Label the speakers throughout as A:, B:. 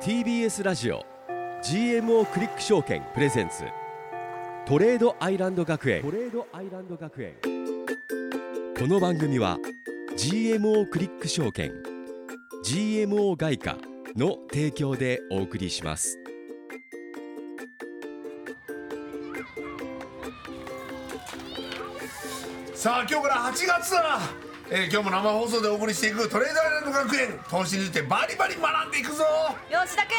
A: TBS ラジオ GMO クリック証券プレゼンツトレードアイランド学園トレードアイランド学園この番組は GMO クリック証券 GMO 外貨の提供でお送りします
B: さあ今日から8月だ、えー今日も生放送でお送りしていくトレードアイランド学園投資についてバリバリ学んでいくぞ
C: 吉田くん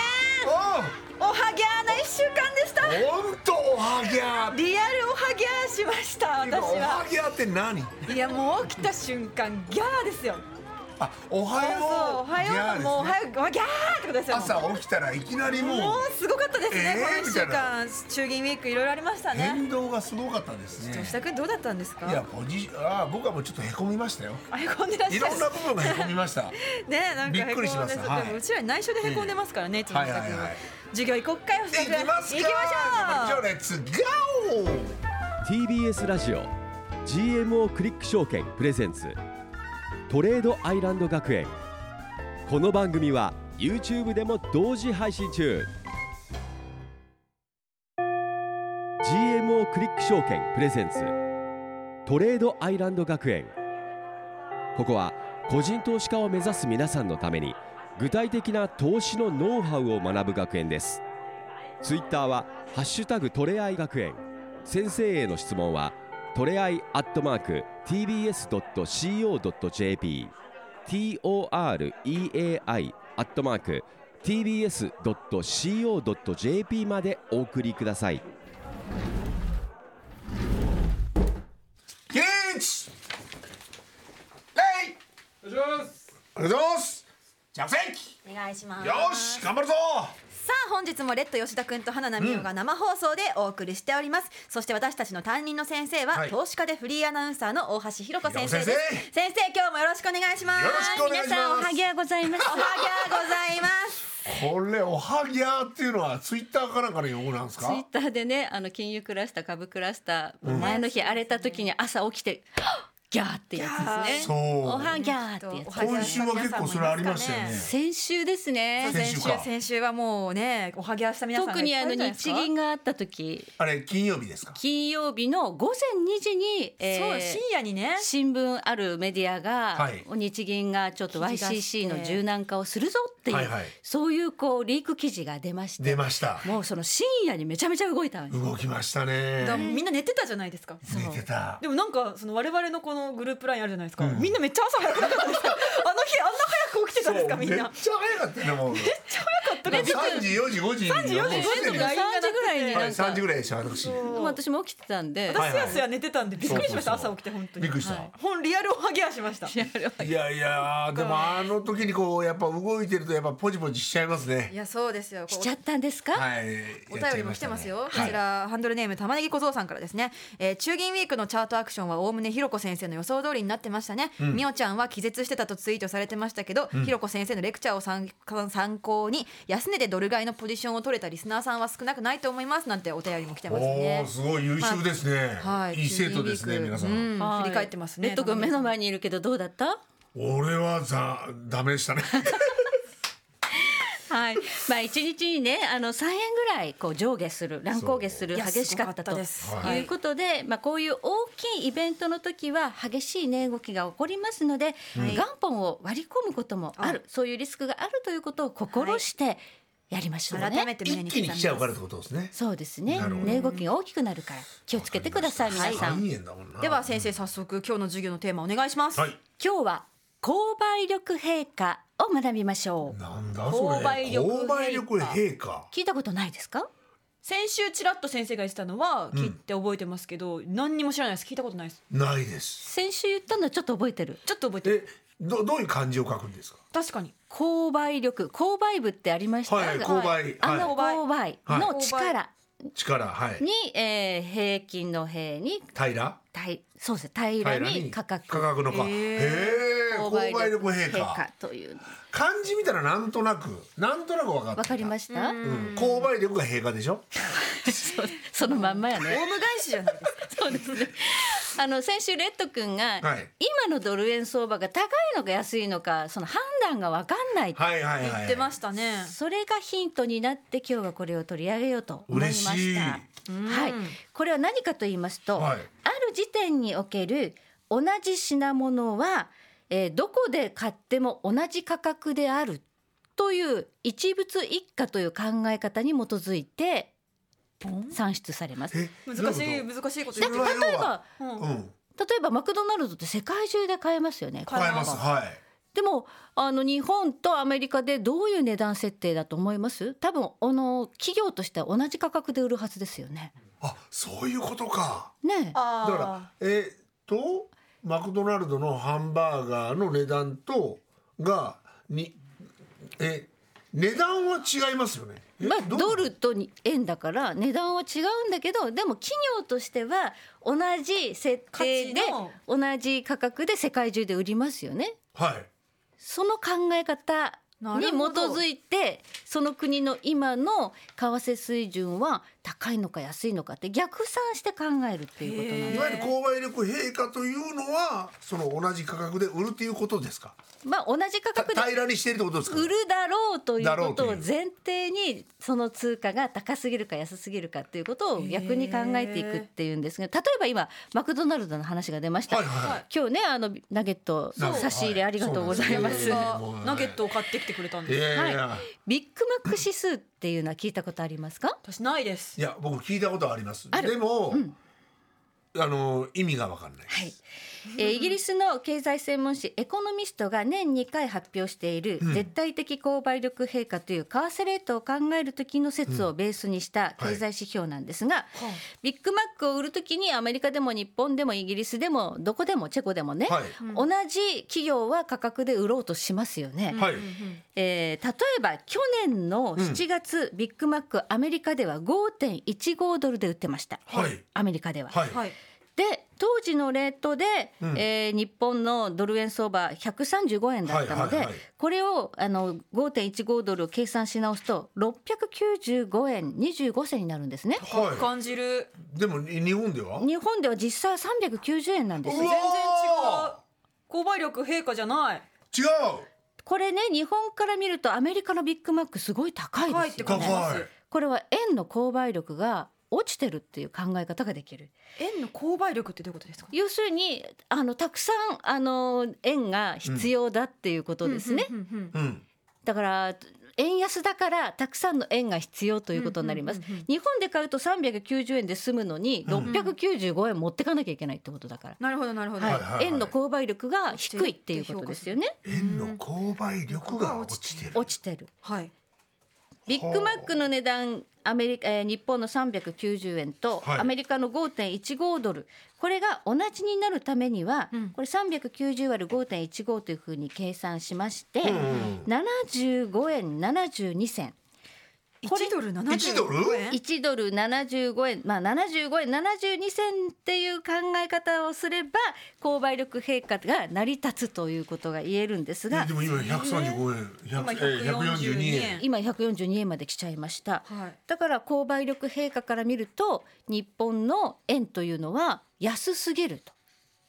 B: お
C: おはぎゃーな一週間でし
B: う
C: た
B: ほんとおはぎゃー
C: リアルおはぎゃーしました私
B: おは
C: は
B: ぎゃーって何
C: いやもう起きた瞬間ギャーですよ
B: あおはよ
C: そ
B: う
C: うそうおはよ
B: ぎゃー
C: うもうおはようおはぎゃーってことですよもう
B: 朝起きたらいきなりもう
C: もうすごかったです
B: えー
C: ね、この一週間中銀ウィークいろいろありましたね
B: 変動がすごかったですね
C: 吉田くんどうだったんですか
B: いやポジあー僕はもうちょっとへこみましたよ
C: あへこんでらっし
B: い
C: ゃ
B: ろ
C: る
B: んな部分がへこみま した
C: ねなんかへこんで
B: びっくりしました
C: そう
B: はい
C: でもうちらに内緒でへこんでますからね、いつも吉田
B: は
C: く
B: い
C: ん
B: はい
C: は
B: はい
C: 授業行こっかよ吉田
B: 行
C: くん
B: きますか
C: 行きましょう
B: レッツゴー
A: TBS ラジオ GMO クリック証券プレゼンツトレードアイランド学園この番組は YouTube でも同時配信中 GMO クリック証券プレゼンツトレードアイランド学園ここは個人投資家を目指す皆さんのために具体的な投資のノウハウを学ぶ学園ですツイッターは「ハッシュタグトレアイ学園」先生への質問はトレアイアットマーク TBS.CO.JP TOREAI アットマーク TBS.CO.JP までお送りください
B: キリンチレイ
D: お願いします
B: ありがとうございます着席
C: お願いします
B: よし頑張るぞ
C: さあ本日もレッド吉田くんと花奈美桜が生放送でお送りしております、そして私たちの担任の先生は、
B: はい
C: 投資家でフリーアナウンサーの大橋ひろ子先生です
B: ひろ
C: 先
B: こ先
C: 生今日もよろしくお願いします
B: よろしくお願いします
C: 皆さんおはぎゃございますおはぎゃございます
B: これおはぎゃーっていうのはツイッターかなんかの用語なんですか
E: ツイッターでねあの金融クラスター株クラスター、前の日荒れた時に朝起きてはっギャーってやつです
B: そ
E: ねお
B: う
E: はギャーってやつ
B: 今週は結構それありましたよね
E: 先週ですね
B: 先
C: 先
B: 週
C: 週
B: か
C: 先週はもうねおはぎゃした皆さんが
E: 特にあの
C: いっぱいいるんじ
E: 日
C: ゃないですか
E: 銀があった時
B: あれ金曜日ですか
E: 金曜日の午前2時に、えー
C: そう深夜にね
E: 新聞あるメディアが、
B: はい
E: 日銀がちょっと
C: 記事出して
E: YCC の柔軟化をするぞっていう、
B: はいはい
E: そういうこうリーク記事が出まして
B: 出ました
E: もうその深夜にめちゃめちゃ動いたわけ
B: 動きましたね
C: だからみんな寝てたじゃないですか
B: 寝てた
C: でもなんかその我々のこのグループラインあるじゃないですか、みんなめっちゃ朝早くなかったですかあの日あんな早く起きてたんですかみん
B: めっ
C: な
B: ちゃ早かったねもうめっちゃ早かった3時4時5時3
C: 時4時
E: 全部が3時ぐらいになんか、
B: 3時ぐらいでした私
E: でも私も起きてたんで
B: はい
C: 私すやすや寝てたんでびっくりしました
B: そうそうそう
C: 朝起きて本当に
B: びっくりした
C: はい本リアルおはぎやしましたい
B: いやいやでもあの時にこうやっぱ動いてるとやっぱポジポジしちゃいますね
C: やそうですよ
E: しちゃったんですか、
B: はい
C: お便りも来てますよ、
B: やっ
C: こ
B: ちゃいましたね
C: ち
B: はい
C: らハンドルネーム玉ねぎ小僧さんからですね、えー中銀ウィークのチャートアクションはおおむねひろこ先生の予想通りになってましたねみお、ちゃんは気絶してたとツイートされてましたけど、ひろこ先生のレクチャーを参参考に安値でドル買いのポジションを取れたリスナーさんは少なくないと思いますなんてお便りも来てます
B: お
C: ね
B: ーすごい優秀ですね
C: はい
B: いい生徒ですね
C: 中
B: 皆
C: 銀ウィーク
B: さん
C: うん振り返ってますね
E: レッド君目の前にいるけどどうだった
B: 俺はざダメでしたね
E: はい、まあ一日にね、あの三円ぐらいこう上下する、乱高下する
C: いや
E: 激しか
C: すご
E: った
C: かった
E: と。
C: です
B: はい
E: いうことで、まあこういう大きいイベントの時は激しい値動きが起こりますので、元本を割り込むこともある、そういうリスクがあるということを心してやりましょうね。
C: 改めて胸
B: 一
C: に
B: 気に来ちゃうから
C: ら
B: ってことですね
E: そうですね
B: なるほど。
E: 値動きが大きくなるから気をつけてください皆さん。
B: 三円だもんな
C: では先生早速今日の授業のテーマお願いします、
B: はい
E: 今日は購買力陛下を学びましょう。
B: なんだそれ
C: 購買力
B: 購買力陛下
E: 聞いたことないですか？
C: 先週ちらっと先生が言ってたのは聞いて覚えてますけど、何にも知らないです聞いたことないです
B: ないです
E: 先週言ったのちょっと覚えてる。
C: ちょっと覚えてる
B: えどどういう漢字を書くんですか
C: 確かに
E: 購買力購買部ってありました
B: はい
E: が
B: 購買
E: あ
B: は
E: の購買の力
B: い力はい
E: に、えー平均の平に
B: 平
E: 平そうですね平らに価格
B: 価格の価
C: へー
B: へえ購買力陛下
E: という
B: 漢字見たらなんとなくなんとなく分かった
E: わかりました、
B: うん購買力が陛下でしょ
E: そうそのまんまや
C: オウ
E: ね
C: ム返しじゃないですか
E: そうですねあの先週レッド君が、
B: はい
E: 今のドル円相場が高いのか安いのかその判断が分かんない、
B: はいはいはい
F: 言ってましたね。
E: それがヒントになって今日はこれを取り上げようと思いま
B: 嬉
E: し。
B: したい
F: うん
E: はい、これは何かと言いますと、
B: はい
E: ある時点における同じ品物は、えーどこで買っても同じ価格であるという一物一貨という考え方に基づいて算出されます。
B: え
F: 難し
B: どうい
F: いう
B: こ
F: 難しいこと
B: だ
F: 言
B: っ
F: ってて
B: それは要は
E: 例えば
F: うん
B: とうん
E: 例えばマクドナルドって世界中で買えますよね。
F: 買
B: 買えます
F: 買
B: はい
E: でもあの日本とアメリカでどういう値段設定だと思います？多分あの企業としては同じ価格で売るはずですよね。
B: あそういうことか
E: ねえ。
F: あ
B: だ
F: ー
B: からえーっとマクドナルドのハンバーガーの値段とがにえ値段は違いますよね。え
E: まあ、
B: どう
E: ドルとに円だから値段は違うんだけどでも企業としては同じ設定で
F: 価値の
E: 同じ価格で世界中で売りますよね。
B: はい
E: その考え方
F: な
E: に基
F: るほど
E: づいてその国の今の為替水準は高いのか安いのかって逆算して考えるっていうことなん
F: へ
E: で
F: え
B: いわゆる購買力平価というのはその同じ価格で売るということですか。
E: す。まあ、同じ価
B: た
E: 格で
B: 平らにしているということですか。
E: 売るだろうというこ
B: だ
E: とを
B: ろうと
E: 前提にその通貨が高すぎるか安すぎるかっていうことを逆に考えていくっていうんですが例えば今マクドナルドの話が出ました、
B: はいはいはい。
E: 今日ねあのナゲット
B: そう
E: 差し入れありがとうございま
B: そうです
E: す、
B: ね
F: がナゲットを買ってきてくれたん
B: い
F: です。
B: やいやいや、
E: ビッグマック指数っていうのは聞いたことありますか
F: 私ないです
B: い。や僕聞いたことはあります。
E: ある
B: でも、
E: うん
B: あの意味がわかんない。
E: はい、えーイギリスの経済専門誌「エコノミスト」が年2回発表している
B: うん
E: 絶対的購買力平価という為替レートを考える時の説をベースにした経済指標なんですが、ビッグマックを売る時にアメリカでも日本でもイギリスでもどこでもチェコでもね、
B: はい
E: 同じ企業は価格で売ろうとしますよね。
B: はい
E: えー例えば去年の7月、ビッグマックアメリカでは5.15ドルで売ってました、
B: はい
E: アメリカでは。
B: はい
F: はい。
E: で当時のレートで、
B: うん
E: えー日本のドル円相場135円だったので、
B: はいはいはい
E: これをあの5.15ドルを計算し直すと695円25銭になるんですね。
B: は
F: 感じる。
B: い。でもに日本では。
E: 日本では実際390円なんです
B: う
F: 全
E: よ
B: わ
F: 然違う。購買力陛下じゃない。
B: 違う。
E: これね日本から見るとアメリカのビッグマックすごい高い
F: 高い
E: で
F: っ
E: す
F: て
E: よ
F: 感じま
B: 高い
F: す。
E: これは円の購買力が落ちてるっていう考え方ができる
F: 円の購買力ってどういうことですか。
E: 要するにあのたくさんあの円が必要だっていうことですね、
F: うんうんうんうん。
B: うん。
E: だから円安だからたくさんの円が必要ということになります、
F: うんうんうんうん
E: 日本で買うと390円で済むのに
B: うん
E: 695円持ってかなきゃいけないってことだから、
F: なるほどなるほど。
E: はい
B: はいはいはい
E: 円の購買力が低いっていうことですよね
B: 円の購買力が落ちてる。
E: 落ちてる
F: はい。
E: ビッグマックの値段アメリカ、えー日本の390円と、
B: はい
E: アメリカの5.15ドルこれが同じになるためには、
F: うん
E: これ390割る5.15というふうに計算しまして、
B: うん
E: 75円72銭これ
F: 一ドル七十
B: 1
F: 円。
E: 1ドル75円まあ75円72銭っていう考え方をすれば購買力平価が成り立つということが言えるんです
B: え
E: が
B: でも今百三十五円、
F: 今
B: 百百四十二
F: 142
B: 円
F: 円。
E: 今142円まで来ちゃいました。
F: はい。
E: だから購買力陛下から見ると日本の円というのは安すぎると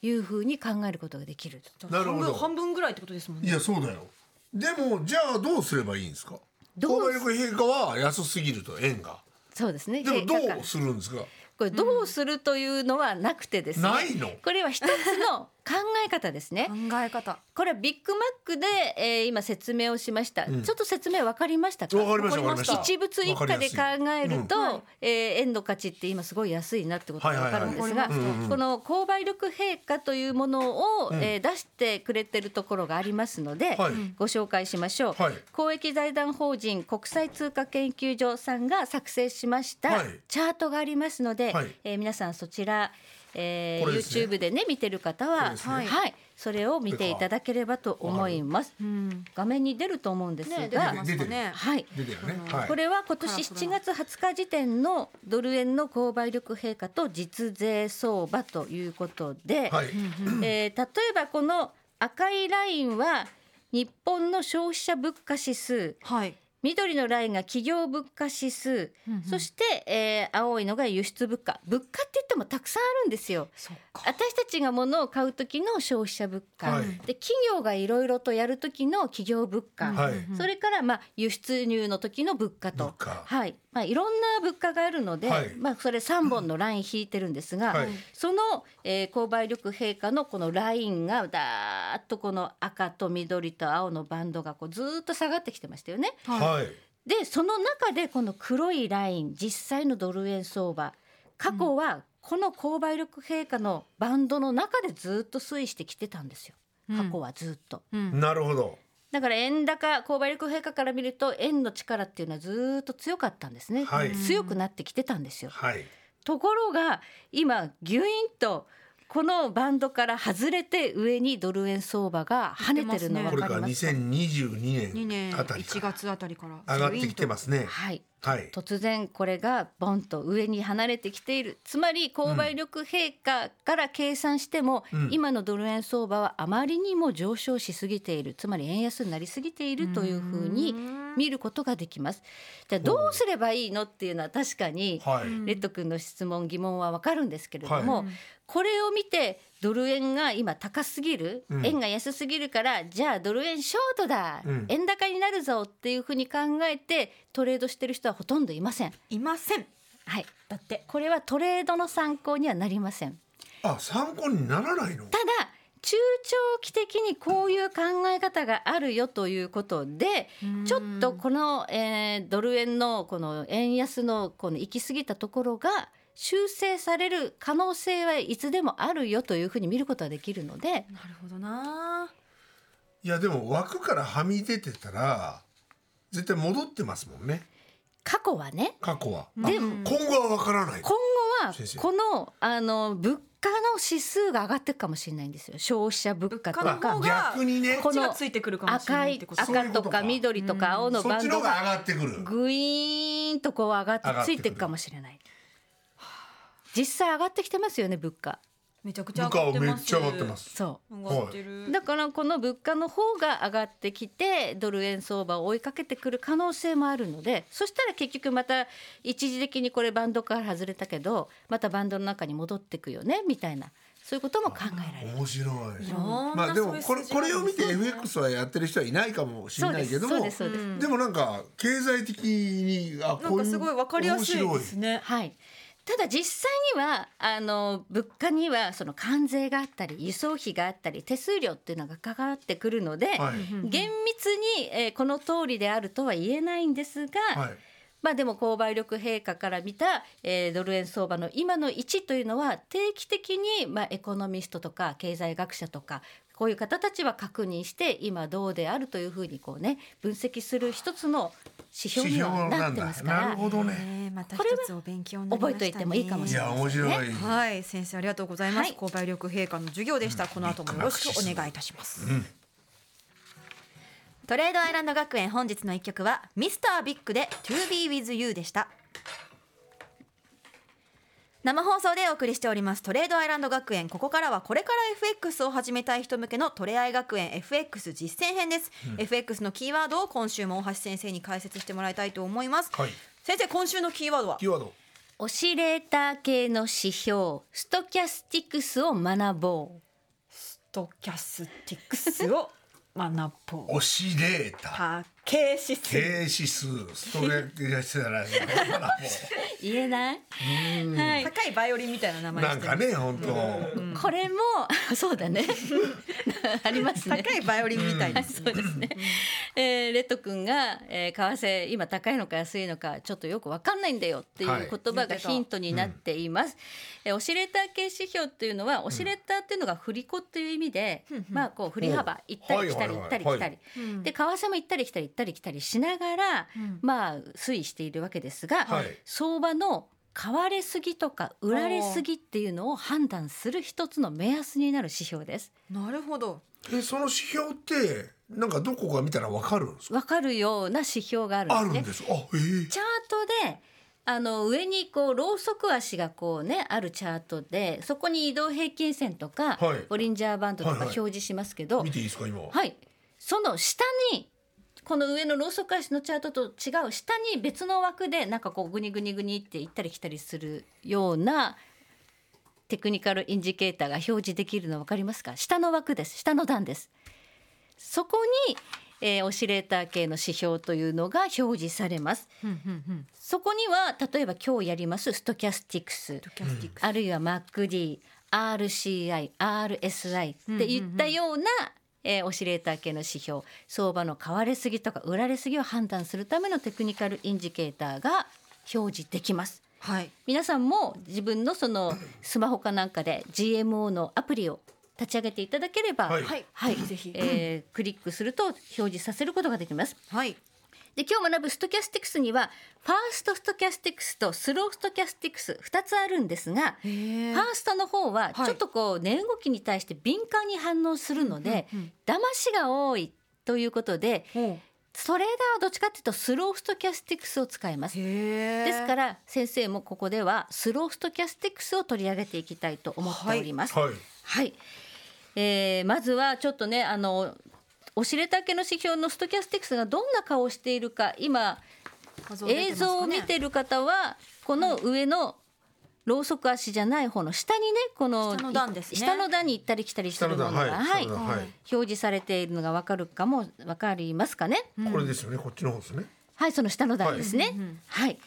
E: いうふうに考えることができると。
B: なるほど
F: 半分半分ぐらいってことですもん
B: い
F: ね。
B: やそうだよ。でもじゃあどうすればいいんですか。
E: どう
B: 購買力平価は安すぎると円が。
E: そうですね。
B: でも
E: 陛下か
B: ど
E: ら
B: うするんですか。
E: これどうするというのはなくてですね。
B: ないの。
E: これは一つの考え方ですね
F: 考。え方。
E: これはビッグマックで、えー今説明をしました、
B: ん
E: ちょっと説明わかりましたか
B: わかりましたわかりました。
E: 一物一
B: わか
E: 家
B: りや
E: です
B: い
E: 考えると、
F: うんはい
E: えー円の価値って今すごい安いなってことがわかるんです
F: は
E: が
F: いはいはい
B: うんうん
E: この購買力陛下というものを、
B: ん
E: えー出してくれてるところがありますので、
B: はい
E: ご紹介しましょう、
B: はい
E: 公益財団法人国際通貨研究所さんが作成しました、
B: はい
E: チャートがありますので、
B: はい
E: えー皆さんそちら、え
B: こ
E: ー
B: れですね
E: YouTube でね見てる方
B: これ
E: は、
B: ですね
E: はいはい、それを見ていただければと思います。
F: うん。
E: 画面に出ると思うんですが、
F: ね出てますか
B: 出て
F: ね。
E: はい。
B: 出てるね。はい。
E: これは今年7月20日時点のドル円の購買力平価と実税相場ということで、
B: はい。
E: えー例えばこの赤いラインは日本の消費者物価指数
F: はい。
E: 緑のラインが企業物価指数、
F: うんうん
E: そして、えー青いのが輸出物価物価って言ってもたくさんあるんですよ。
F: そっか
E: 私たちが物を買う時の消費者物価、
B: はい
E: で企業がいろいろとやる時の企業物価、
B: はい
F: うん
E: それからまあ輸出入の時の物価と
B: 物価
E: はいまあ、いろんな物価があるので、
B: はい
E: まあ、それ3本のライン引いてるんですが、
B: はい
E: その、えー購買力陛下のこのラインがだーっとこの赤と緑と青のバンドがこうずーっと下がってきてましたよね。
B: はい、はい、
E: でその中でこの黒いライン実際のドル円相場過去はこの購買力陛下のバンドの中でずーっと推移してきてたんですよ過去はずーっと。
F: うん
B: なるほど
E: だから円高購買力陛下から見ると円の力っていうのはずーっと強かったんですね、
B: はい
E: 強くなってきてたんですよ
B: はい
E: ところが今ギュインとこのバンドから外れて上にドル円相場が跳ねてるの
F: わ
B: こ
E: 分
B: れ
E: か
B: が
E: りますか
B: 2022
F: 2
B: 年
F: 年
B: あたり
F: 1
B: から
F: 月あたりから
B: 上がってきてますね
E: はい
B: はい
E: 突然これがボンと上に離れてきているつまり購買力陛下から計算しても、
B: うん
E: 今のドル円相場はあまりにも上昇しすぎているつまり円安になりすぎているというふうに見ることができます。じゃあどうすればいいのっていうのは確かに
B: はい、
F: うん
E: レッド君の質問疑問はわかるんですけれども、
B: は
E: これを見てドル円が今高すぎる、
B: うん
E: 円が安すぎるからじゃあドル円ショートだ、
B: うん
E: 円高になるぞっていうふうに考えてトレードしてる人はほとんどいません。
F: いません
E: はい、だってこれはトレードの参考にはなりません。
B: あ参考にならないの
E: ただ中長期的にこういう考え方があるよということでちょっとこの、えードル円のこの円安のこの行き過ぎたところが修正される可能性はいつでもあるよというふうに見ることはできるので
F: なるほどない
B: やでも枠からはみ出てたら絶対戻ってますもんね
E: 過去はね
B: 過去はあ
E: でも
B: 今後は分からない
E: 今後は
B: 先生
E: このあの物価の指数が上がっていくかもしれないんですよ消費者物価と
F: 物
E: か
F: 価の方が
B: 逆にね
F: こっちがついてくるかもしれな
E: 赤
F: いっ
E: い
F: てこと
B: そうい
E: 赤
B: うことと
E: か
B: か
E: 緑とか青の
B: そ
E: バ
B: っち
E: ン
B: の
E: ド
B: 方が
E: が
B: 上がってくる
E: グイーンとこう上がって
B: 上がってく
E: つ
B: る
E: いていくかもしれない実際上がってきてますよね物価
F: めちゃくちゃ
B: 部下
F: 上がっ
B: は
F: て
B: めっ
F: ます
B: ちゃ上がってます
E: そ
F: 上がってる
E: うだからこの物価の方が上がってきてドル円相場を追いかけてくる可能性もあるのでそしたら結局また一時的にこれバンドから外れたけどまたバンドの中に戻ってくよねみたいなそういうことも考えられる
B: 面白い
F: いろんな
B: まあでも
F: そういう
B: これ
F: 数字
B: こ
F: が
B: れを見て
F: あるんですね
B: FX はやってる人はいないかもし
E: そ
B: れ
E: う
B: な
E: で
B: いけ
E: す
B: ど
E: そう
B: も
E: ですそうです、
B: でもなんか経済的にあ
F: な
B: こうい
F: んか
B: う
F: すごいわかりやすいですね
E: はい。ただ実際にはあの物価にはその関税があったり輸送費があったり手数料っていうのがかかってくるので、
B: 面白い
F: うんうん
E: 厳密に、えーこの通りであるとは言えないんですが、
B: はいはい
E: まあでも購買力陛下から見た、えードル円相場の今の位置というのは定期的に、まあ、エコノミストとか経済学者とかこういう方たちは確認して今どうであるというふうにこうね分析する一つの指標
B: 指
E: に
B: 標
E: は
B: な
E: なっ
B: ん
E: て
B: だ
E: ますか
B: な
E: ら
B: るほどね
F: ねえまた一
E: これは
F: つお勉強になりました
E: 覚
F: ね
E: えといてもいいかも
B: い
E: しれ
B: や面白い
F: はい先生ありがとうございま
E: は
F: す、
E: い
F: 購買力陛下の授業でした、この後もよろしくお願いいたします、トレードアイランド学園本日の一曲はミスタービッグで To be with you でした生放送でお送りしておりますトレードアイランド学園ここからはこれから FX を始めたい人向けのトレアイ学園 FX 実践編です、FX のキーワードを今週も大橋先生に解説してもらいたいと思います、
B: はい
F: 先生今週のキーワードは
B: キーワード
E: オシレーター系の指標ストキャスティクスを学ぼう
F: ストキャスティクスを学ぼう。
B: オシレータ
F: パーケーシ
B: 低
F: ス。
B: 指数ストレッチがしてたら
E: 言えない、はい、
F: 高いバイオリンみたいな名前
B: なん
F: して
B: か
F: る。
B: ね本当
E: これも そうだねありますね
F: 高いバイオリンみたいな。
E: そうですね、えーレッド君が、えー、為替今高いのか安いのかちょっとよくわかんないんだよってい
B: はいう
E: 言葉が
F: 言ってた
E: ヒントになっています、えーオシレーター系指標っていうのはオシレーターっていうのが振り子という意味で、まあこう振り
B: おう
E: 幅行ったり来たり
B: はいは
E: 行
B: いは
E: った
B: い
E: り来
B: は
E: た
B: い
E: りで為替も行ったり来たり行ったり来たりしながら、まあ推移しているわけですが、
B: はい
E: 相場の買われすぎとか売られすぎっていうのを判断する一つの目安になる指標です。
F: なるほど。
B: えその指標ってなんかどこが見たらわかるんですか
E: わかるような指標があるんで
B: ある
E: すね
B: ん。ですあえー
E: チャートであの上にこうロウソク足がこうねあるチャートでそこに移動平均線とか、
B: はい
E: ボリンジャーバンドと
B: は
E: か
B: いはい
E: 表示しますけど、はい
B: 見ていいですか今
E: その下にこの上のローソク足のチャートと違う下に別の枠でなんかこうグニグニグニって行ったり来たりするようなテクニカルインジケーターが表示できるの分かりますか下の枠です下の段ですそこに、えーオシレーター系の指標というのが表示されます
F: うんうんうん
E: そこには例えば今日やりますストキャスティクス
F: ドキャスティックス
E: あるいは MacD、RCI、RSI っていったような、えーオシレーター系の指標相場の買われすぎとか売られすぎを判断するためのテクニカルインジケーターが表示できます。
F: はい
E: 皆さんも自分のそ のスマホかなんかで GMO のアプリを立ち上げていただければ、
B: はい
F: はいぜひ
E: え ークリックすると表示させることができます。
F: はい
E: で今日学ぶストキャスティクスにはファーストストキャスティクスとスローストキャスティクス2つあるんですが、
F: へー
E: ファーストの方は
F: はい
E: ちょっとこう値動きに対して敏感に反応するので
F: うんうん
E: 騙しが多いということで
F: おう
E: トレーダーはどっちかっていうとスローストキャスティクスを使います。
F: へー
E: ですから先生もここではスローストキャスティクスを取り上げていきたいと思っております。
B: はい
E: はい、えーまずはちょっとねあのおしれたけの指標のストキャスティクスがどんな顔をしているか今
F: 画像出て
E: 映
F: ますかね
E: 像を見てる方はこの上のロウソク足じゃない方の下にねこの
F: 下の段ですね
E: 下の段に行ったり来たりす
B: 下
E: る
B: の
E: もの
B: 段
E: が、
B: はい
E: はい
B: 下の段はい
E: 表示されているのがわかるかもわかりますかね。
B: これですよねこっちの方ですね
E: はい、その下の段ですね。は、
B: はい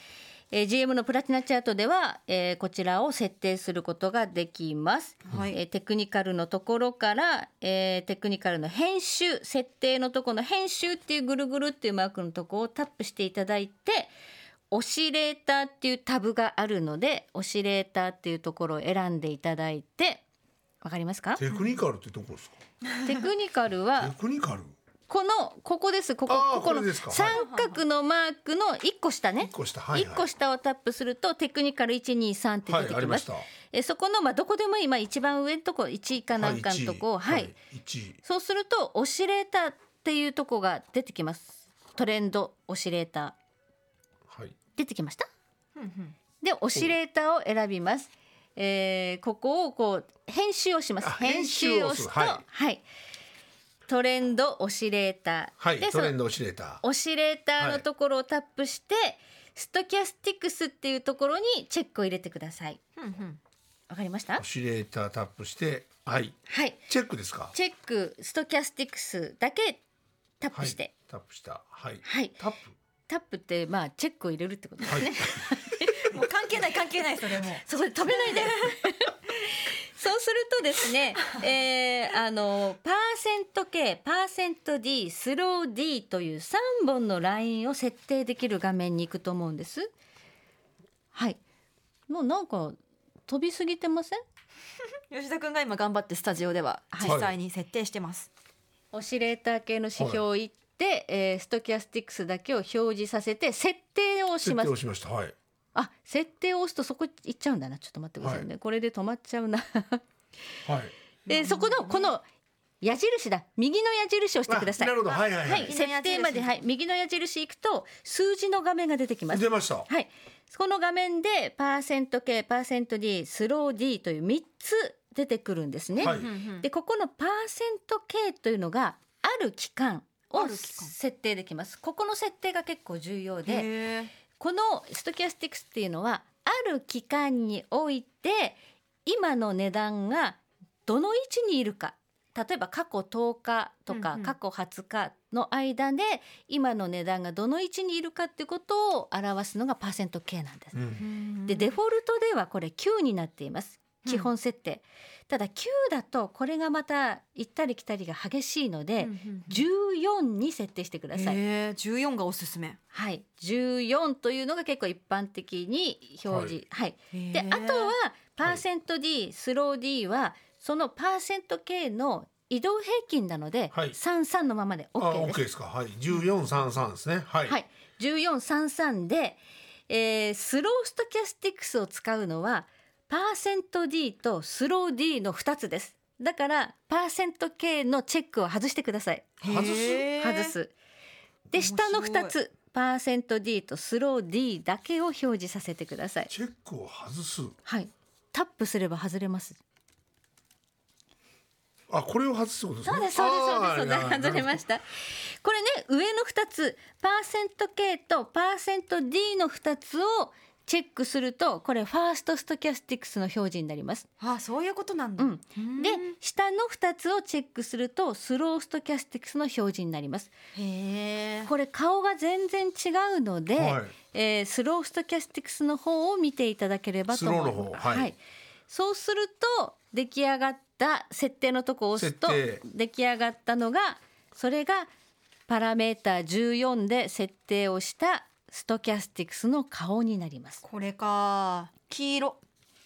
E: えー GM のプラチナチャートでは、えーこちらを設定することができます、
F: はい
E: えーテクニカルのところから、えーテクニカルの編集設定のところの編集っていうぐるぐるっていうマークのところをタップしていただいてオシレーターっていうタブがあるのでオシレーターっていうところを選んでいただいてわかりますか
B: テクニカルってどこですか
E: テクニカルは
B: テクニカル
E: このここですここ
B: あー
E: ここ
B: これ
E: の
B: ですか
E: 三角のマークの一個下ね
B: 一個下はい
E: 一
B: はい
E: 個下をタップするとテクニカル一二三って
B: はい
E: 出て
B: あ
E: き
B: りま
E: ま
B: し
E: す
B: た。
E: えそこのまあどこでも今一番上のとこ一位かなんかのとこ
B: は
E: はいい。
B: 一位
E: そうするとオシレーターっていうとこが出てきます。トレンドオシレーター
B: はい
E: 出てきました。
F: うんうん
E: でオシレーターを選びます。えーここをこう編集をします。
B: あ
E: 編集
B: 編
E: を
B: 集をす
E: す
B: る
E: ると
B: はい
E: はい、トレンドオシレーター、
B: はい
E: で
B: ト
E: その
B: レンドオシレータ
E: オシレーターのところをタップして、ストキャスティクスっていうところにチェックを入れてください。
F: うんうん
E: わかりまし
B: ー
E: た
B: オ？シレータータップしてはい
E: はい。
B: チェックですか
E: チェックストキャスティクスだけタッ
B: は
E: プ
B: い
E: して、
B: タップしたはい
E: はい
B: タップ
E: タップってまあチェックを入れるってことです
B: はい
E: ね。
F: もう関係ない関係ないそれもう
E: そこで止めないで。 そうするとですね、えーあのパーセント K、パーセント D、スロー D という3本のラインを設定できる画面に行くと思うんです。はい。もうなんか飛びすぎてません？
F: 吉田くんが今頑張ってスタジオでは
B: はい
F: 実際に設定してます、
E: オシレーター系の指標を言って、えーストキャスティックスだけを表示させて設定をし
B: 設
E: ま
B: 定
E: す
B: を。しましたはい
E: あ、設定を押すとそこ行っちゃうんだな。ちょっと待ってくださいね。これで止まっちゃう な。
B: はい
E: でそこのこの矢印だ右の矢印を押してくださ
B: あ
E: い
B: なるほどはいはい
E: は
B: はいい
E: 設定まではい右の矢印行くと数字の画面が出てきます
B: 出ました
E: はいこの画面でパーセント K パーセント D スロー D という3つ出てくるんですね、
B: はい
F: うんうん
E: でここのパーセント K というのがある期間
F: あ
E: を
F: る期間
E: 設定できますここの設定が結構重要で
F: へー
E: このストキャスティクスっていうのはある期間において今の値段がどの位置にいるか例えば過去10日と
F: う
E: か
F: んうん
E: 過去20日の間で今の値段がどの位置にいるかっていうことを表すのがパーセント K なんです
B: う。ん
E: でデフォルトではこれ9になっています
F: うん
E: 基本設定、ただ9だとこれがまた行ったり来たりが激しいので、14に設定してください。
F: え十四がおすすめ。
E: はい、14というのが結構一般的に表示、はいで
F: で
E: あとはパーセント D、スロー D はそのパーセント K の移動平均なので、
B: はい
E: 33のままで
B: あ
E: OK
B: OK
E: です。
B: ですかはい十四三三ですねはい
E: はい、1433で、えースローストキャスティックスを使うのはパーセント D とスロー D の2つです。だからパーセント K のチェックを外してください。
B: 外す
F: へー
E: 外す。で
F: 面白
E: 下
F: い
E: の2つパーセント D とスロー D だけを表示させてください。
B: チェックを外す
E: はい。タップすれば外れます。
B: あこれを外すってことです
E: そう
B: ね
E: ですそうですそうですそうです外れ
B: す
E: ましたこれね上の2つパーセント K とパーセント D の2つをチェックするとこれファーストストキャスティクスの表示になります、
F: ああそういうことなんだ、
E: う、
F: うんん
E: で下の2つをチェックするとスローストキャスティクスの表示になります
F: へえ
E: これ顔が全然違うので、
B: はい
E: えースローストキャスティクスの方を見ていただければと思います
B: スローの方はい
E: そうすると出来上がった設定のとこを押すと
B: 設定
E: 出来上がったのがそれがパラメータ14で設定をしたストキャスティクスの顔になります
F: これか黄色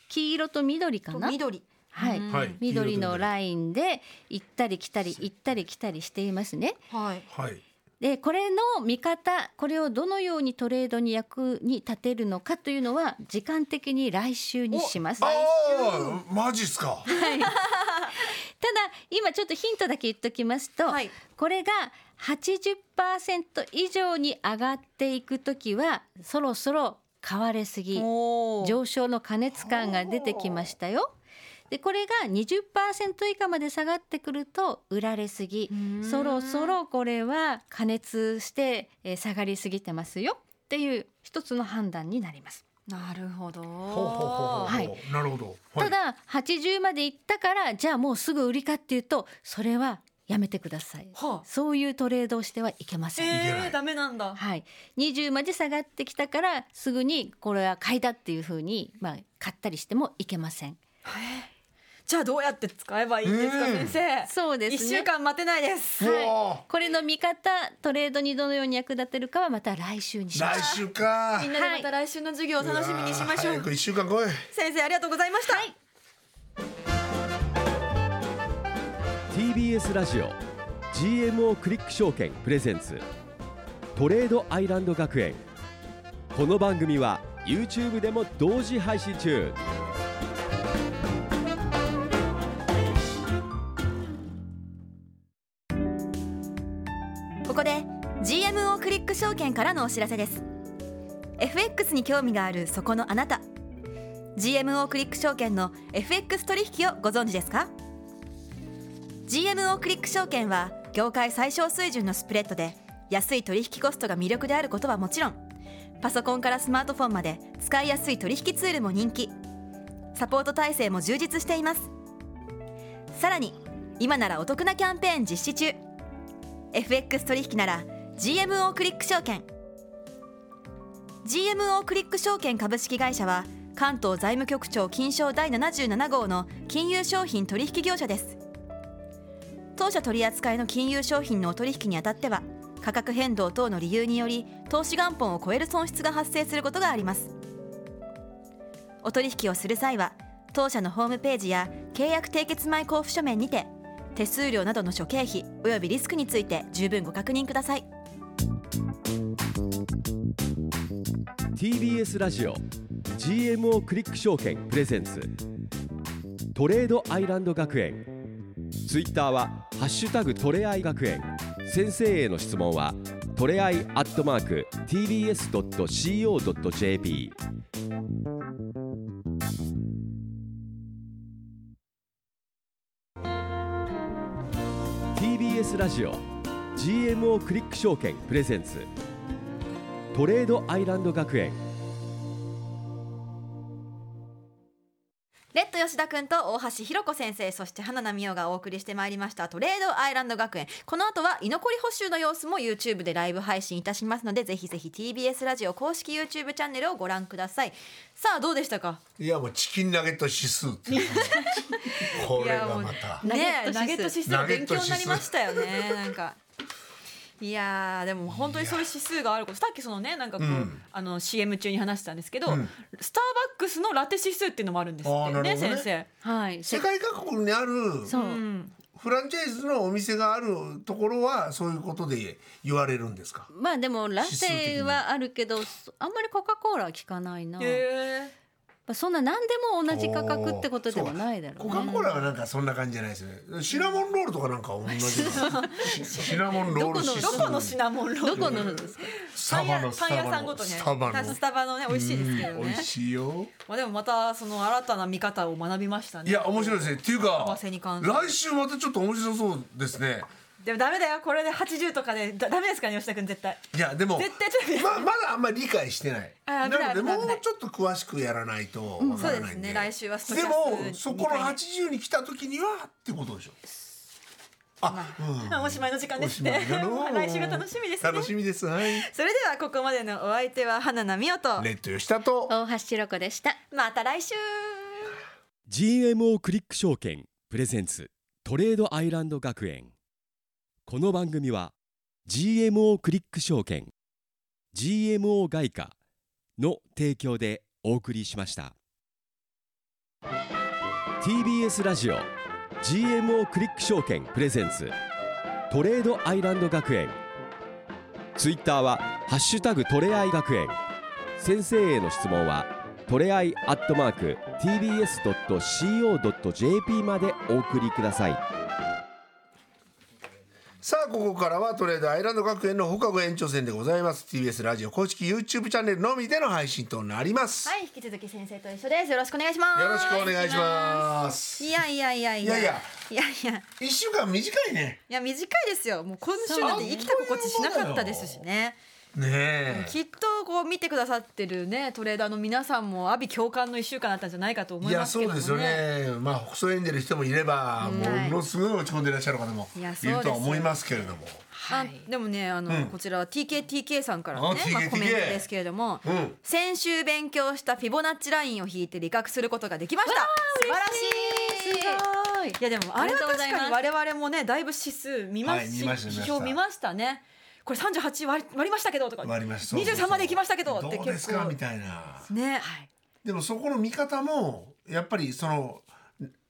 E: 黄色と緑か
F: と
E: な
F: 緑
E: はい
F: うん
B: はい
E: 緑のラインで行ったり来たり行ったり来たりしていますね
F: はい
B: はい
E: でこれの見方これをどのようにトレードに役に立てるのかというのは時間的に来週にします。
B: あ
E: ただ
B: あマジっすか
E: 今ちょっとヒントだけ言っときますと、
F: はい
E: これが80%以上に上がっていくときはそろそろ買われすぎ
F: おー
E: 上昇の過熱感が出てきましたよ。でこれが20%以下まで下がってくると売られすぎ
F: うーん
E: そろそろこれは加熱してえー下がりすぎてますよっていう一つの判断になります。
F: なるほど
B: ほうほうほうほう
E: はい
B: なるほどはい
E: ただ80までいったからじゃあもうすぐ売りかっていうとそれはやめてください。
F: はあ
E: そういうトレードをしてはいけません。
B: けな
F: え
B: い
F: ー、ダメなんだ
E: はい、20まで下がってきたからすぐにこれは買いだっていうふうに、まあ、買ったりしてもいけません。
F: じゃあどうやって使えばいいんですか
B: うん
F: 先生
E: そうですね
F: 一週間待てないです
B: うわ
E: これの見方トレードにどのように役立てるかはまた来週にしま
B: 来
E: す。
B: 週か
F: みんなでまた来週の授業を楽しみにしましょう
B: わあ早く一週間来い
F: 先生ありがとうございました、
A: TBS ラジオ GMO クリック証券プレゼンツトレードアイランド学園この番組は YouTube でも同時配信中
F: ここで GMO クリック証券からのお知らせです FX に興味があるそこのあなた GMO クリック証券の FX 取引をご存知ですか GMO クリック証券は業界最小水準のスプレッドで安い取引コストが魅力であることはもちろんパソコンからスマートフォンまで使いやすい取引ツールも人気サポート体制も充実していますさらに今ならお得なキャンペーン実施中 FX 取引なら GMO クリック証券 GMO クリック証券株式会社は関東財務局長金賞第77号の金融商品取引業者です当社取扱いの金融商品のお取引にあたっては価格変動等の理由により投資元本を超える損失が発生することがありますお取引をする際は当社のホームページや契約締結前交付書面にて手数料などの諸経費およびリスクについて十分ご確認ください
A: TBS ラジオ GMO クリック証券プレゼンツトレードアイランド学園ツイッターは「ハッシュタグトレアイ学園」先生への質問はトレアイアットマーク TBS.CO.JP TBS ラジオ GMO クリック証券プレゼンツトレードアイランド学園
F: レッド吉田君と大橋ひろ子先生そして花奈美桜がお送りしてまいりましたトレードアイランド学園この後は居残り補修の様子も YouTube でライブ配信いたしますのでぜひぜひ TBS ラジオ公式 YouTube チャンネルをご覧くださいさあどうでしたか
B: いやもうチキンナゲット指数って いうこれがまた
E: ナゲ
F: ね
E: ット指数
F: えナゲット指数
B: ナゲッ
F: 勉
B: ト
F: 強
B: 指数
F: になりました よねなんかいやーでも本当にそういう指数があることさっきそのねなんかこう、
B: うん
F: あの CM 中に話したんですけど、
B: ん
F: スターバックスのラテ指数っていうのもあるんですっ
B: あー
F: て
B: なる
F: ね
B: ほどね
F: 先生。
E: はい、
B: 世界各国にある
E: そう、
F: うん、
B: フランチャイズのお店があるところはそういうことで言われるんですか
E: まあでもラテはあるけどそあんまりコカ・コーラは効かないな、
F: へえ
E: まあそんな何でも同じ価格ってことではないだろう
B: コ
E: ね。
B: カ・コーラはなんかそんな感じじゃないですよねシナモンロールとかなんか同じなシシナモンロールシス
F: どこのシナモンロー
E: ど
F: ル
E: このですか。
F: パ
B: サ
F: ン
B: バ
F: 屋
B: の
F: パン屋さんごとね
B: スタバの
F: スタバのね美味しいですけど
B: うん美
F: ね
B: 味しいよ
F: まあでもまたその新たな見方を学びましたね
B: いや面白いですねっていう
F: 合
B: か
F: わせに関する
B: 来週またちょっと面白そうですね
F: でもダメだよこれで80とかでだダメですかね吉田君絶対
B: いやでも
F: 絶対ちょっと
B: ままだあんまり理解してない
F: あ
B: な
F: 危な
B: の
F: い
B: で
F: 危ない
B: も
F: 危ないう
B: ちょっと詳しくやらないとわから
F: そうで
B: な
F: す
B: いんで
F: ね来週はスト
B: で
F: キャス
B: もそこの
F: 二回
B: 80に来た時にはってことでしょあ、うん
F: まあおしまいの時間です
B: お
F: ね
B: しまいなの
F: まあ来週が楽しみですね
B: 楽しみですはい
F: それではここまでのお相手は花奈美代と、
B: レッド吉田と
E: 大橋ロコでした。
F: また来週
A: GMO クリック証券プレゼンツトレードアイランド学園この番組は GMO クリック証券 GMO 外貨の提供でお送りしました TBS ラジオ GMO クリック証券プレゼンツトレードアイランド学園ツイッターは「ハッシュタグトレアイ学園」先生への質問はトレアイアットマーク TBS.CO.JP までお送りください
B: さあここからはトレードアイランド学園の放課後延長戦でございます TBS ラジオ公式 YouTube チャンネルのみでの配信となります、
F: はい引き続き先生と一緒ですよろしくお願いします
B: よろしくお願いします
F: いやいやいやいや
B: いやいや
F: いやいやい
B: 一週間短いね
F: や短いですよもう今週なんて生きた心地しなかったですしね
B: ね
F: きっとこう見てくださってるねトレーダーの皆さんも阿鼻共感の一週間だったんじゃないかと
B: え
F: 思
B: い
F: い
B: や
F: ます
B: そ
F: け
B: う
F: ども
B: で
F: ね
B: すよねまあ細そえんでる人もいれば、
F: はい
B: ものすごい落ち込んでいらっしゃる方もい
F: いやそうです
B: るとは思いますけれども
F: あでもねあの、こちらは TKTK さんからのね
B: あ TKTK
F: まあ、コメントですけれども、
B: うん
F: 先週勉強したフィボナッチラインを引いて理学することができました素晴らしい
E: ごい
F: いやでも
E: あ
F: あ
E: り
F: れ
E: が
F: は
E: とうござ
F: 確
E: います
F: かに我々もねだいぶ指数見ま
B: はい
F: すし、
B: 見ました見ました
F: 指標見ましたねこれ38割割りましたけどとか
B: 割りました
F: 23まで行きましたけど
B: ど
F: っ
B: う
F: て
B: です
F: 結
B: か
F: 構
B: みたいな
F: ね、
B: でもそこの見方もやっぱりその、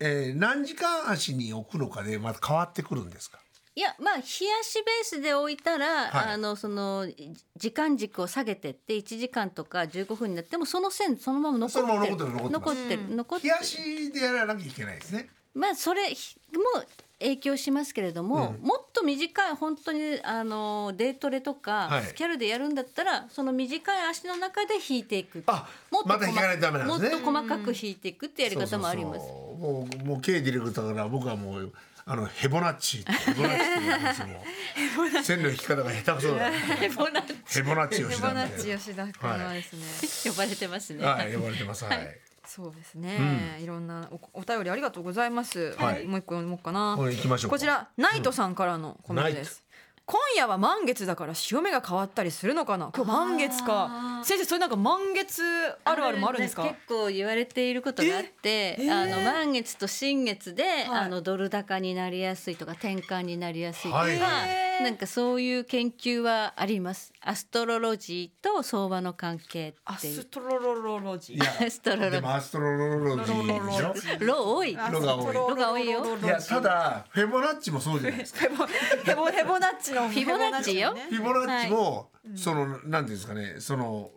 B: えー何時間足に置くのかでまた変わってくるんですか
E: いやまあ冷やしベースで置いたら、
B: はい
E: あのそのじ時間軸を下げてって1時間とか15分になってもその線そのまま残
B: そのまま
E: ってる
B: 残ってる残っ
E: 残っててる残って
B: 冷
E: る
B: やしでやらなきゃいけないですね。
E: まあそれひも影響しますけれども、もっと短い本当にあのデートレとか、
B: はい
E: スキャルでやるんだったらその短い足の中で引いていく
B: あ
E: もっと
B: また引かないとダメなんですね
E: もっと細かく引いていくってやり方もあります。
B: そうそうそうもうもう K ディレクターから僕はもうあのヘボナッチってヘボナッチって言うんですよ。線の引き方が下手くそだ。
E: ヘボナッ
B: ヘ
E: チ
B: ボナッチ
F: 手
B: 吉
F: 放
B: 田みたい
F: し吉田君はですね、
E: 呼ばれてますね。
B: な。はい、呼ばれてます。はい。
F: そうですね、いろんなおお便りありがとうございます、
B: はい
F: もう一個読もうかな、
B: これ行きましょうか。
F: こちらナイトさんからのコメントです、今夜は満月だから潮目が変わったりするのかな今日満月か先生それなんか満月あるあるもあるんですか
E: 結構言われていることがあって、あの満月と新月で、あのドル高になりやすいとか転換になりやすいとか、
B: はいはい
F: へー
E: なんかそういう研究はあります。アストロロジーと相場の関係
F: ア
E: っていう
F: ス。トロロロロジ
B: いや
E: アストロロ
B: でもアストロロロジーでしょ。
E: ロ多い。
B: ロが多い
E: ロが多いよ
B: いやただフェボナッチもそうじゃないですか。
F: ヘボヘボヘボナッチのフ
E: ィボナッチよ
B: フィボナッチも、そのなんていうんですかねその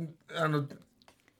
B: んあの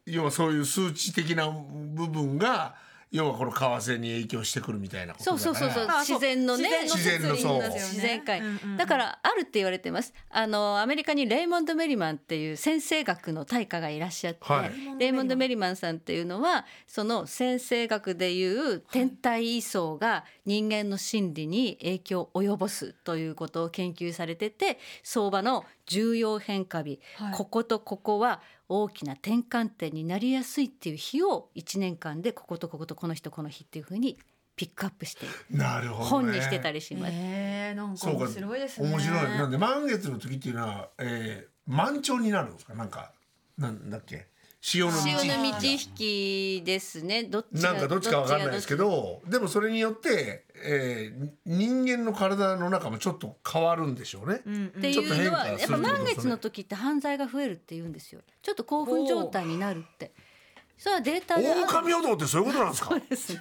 B: 要はそういう数値的な部分が要はこの為替に影響してくるみたいなことだ
E: そう
B: から
E: そうそうそう
F: あそ
E: 自
F: う
E: 然のね
B: 自然のそう
F: 自然の
E: 自然界、
F: うんうんうん
E: だからあるって言われてますあのアメリカにレイモンド・メリマンっていう先生学の大家がいらっしゃって、
B: はい
E: レイモンド・メリマンさんっていうのはその先生学でいう天体位相が人間の心理に影響を及ぼすということを研究されてて相場の重要変化日、
F: はい
E: こことここは大きな転換点になりやすいっていう日を1年間でこことこことこの日とこの日っていうふうにピックアップしている
B: なるほど、ね、
E: 本にしてたりします。
F: えー、なんか
B: そうか
F: 面白いですね
B: 面白いなんで満月の時っていうのは、えー、満潮になるんですかなんかなんだっけ潮の
E: 潮
B: 満ち
E: の満ち引きですね。どっちが
B: なんかどっちかわかんないですけ。どでもそれによって、えー、人間の体の中もちょっと変わるんでしょうね。
F: うん
E: どっちがっていうのは
B: ちょっと変化するってことで
E: やっ
B: す
E: ぱ
B: ね
E: 満月の時って犯罪が増えるって言うんですよ。ちょっと興奮状態になるって。それはデータが
B: 狼男ってそういうことなんですか
E: ですね。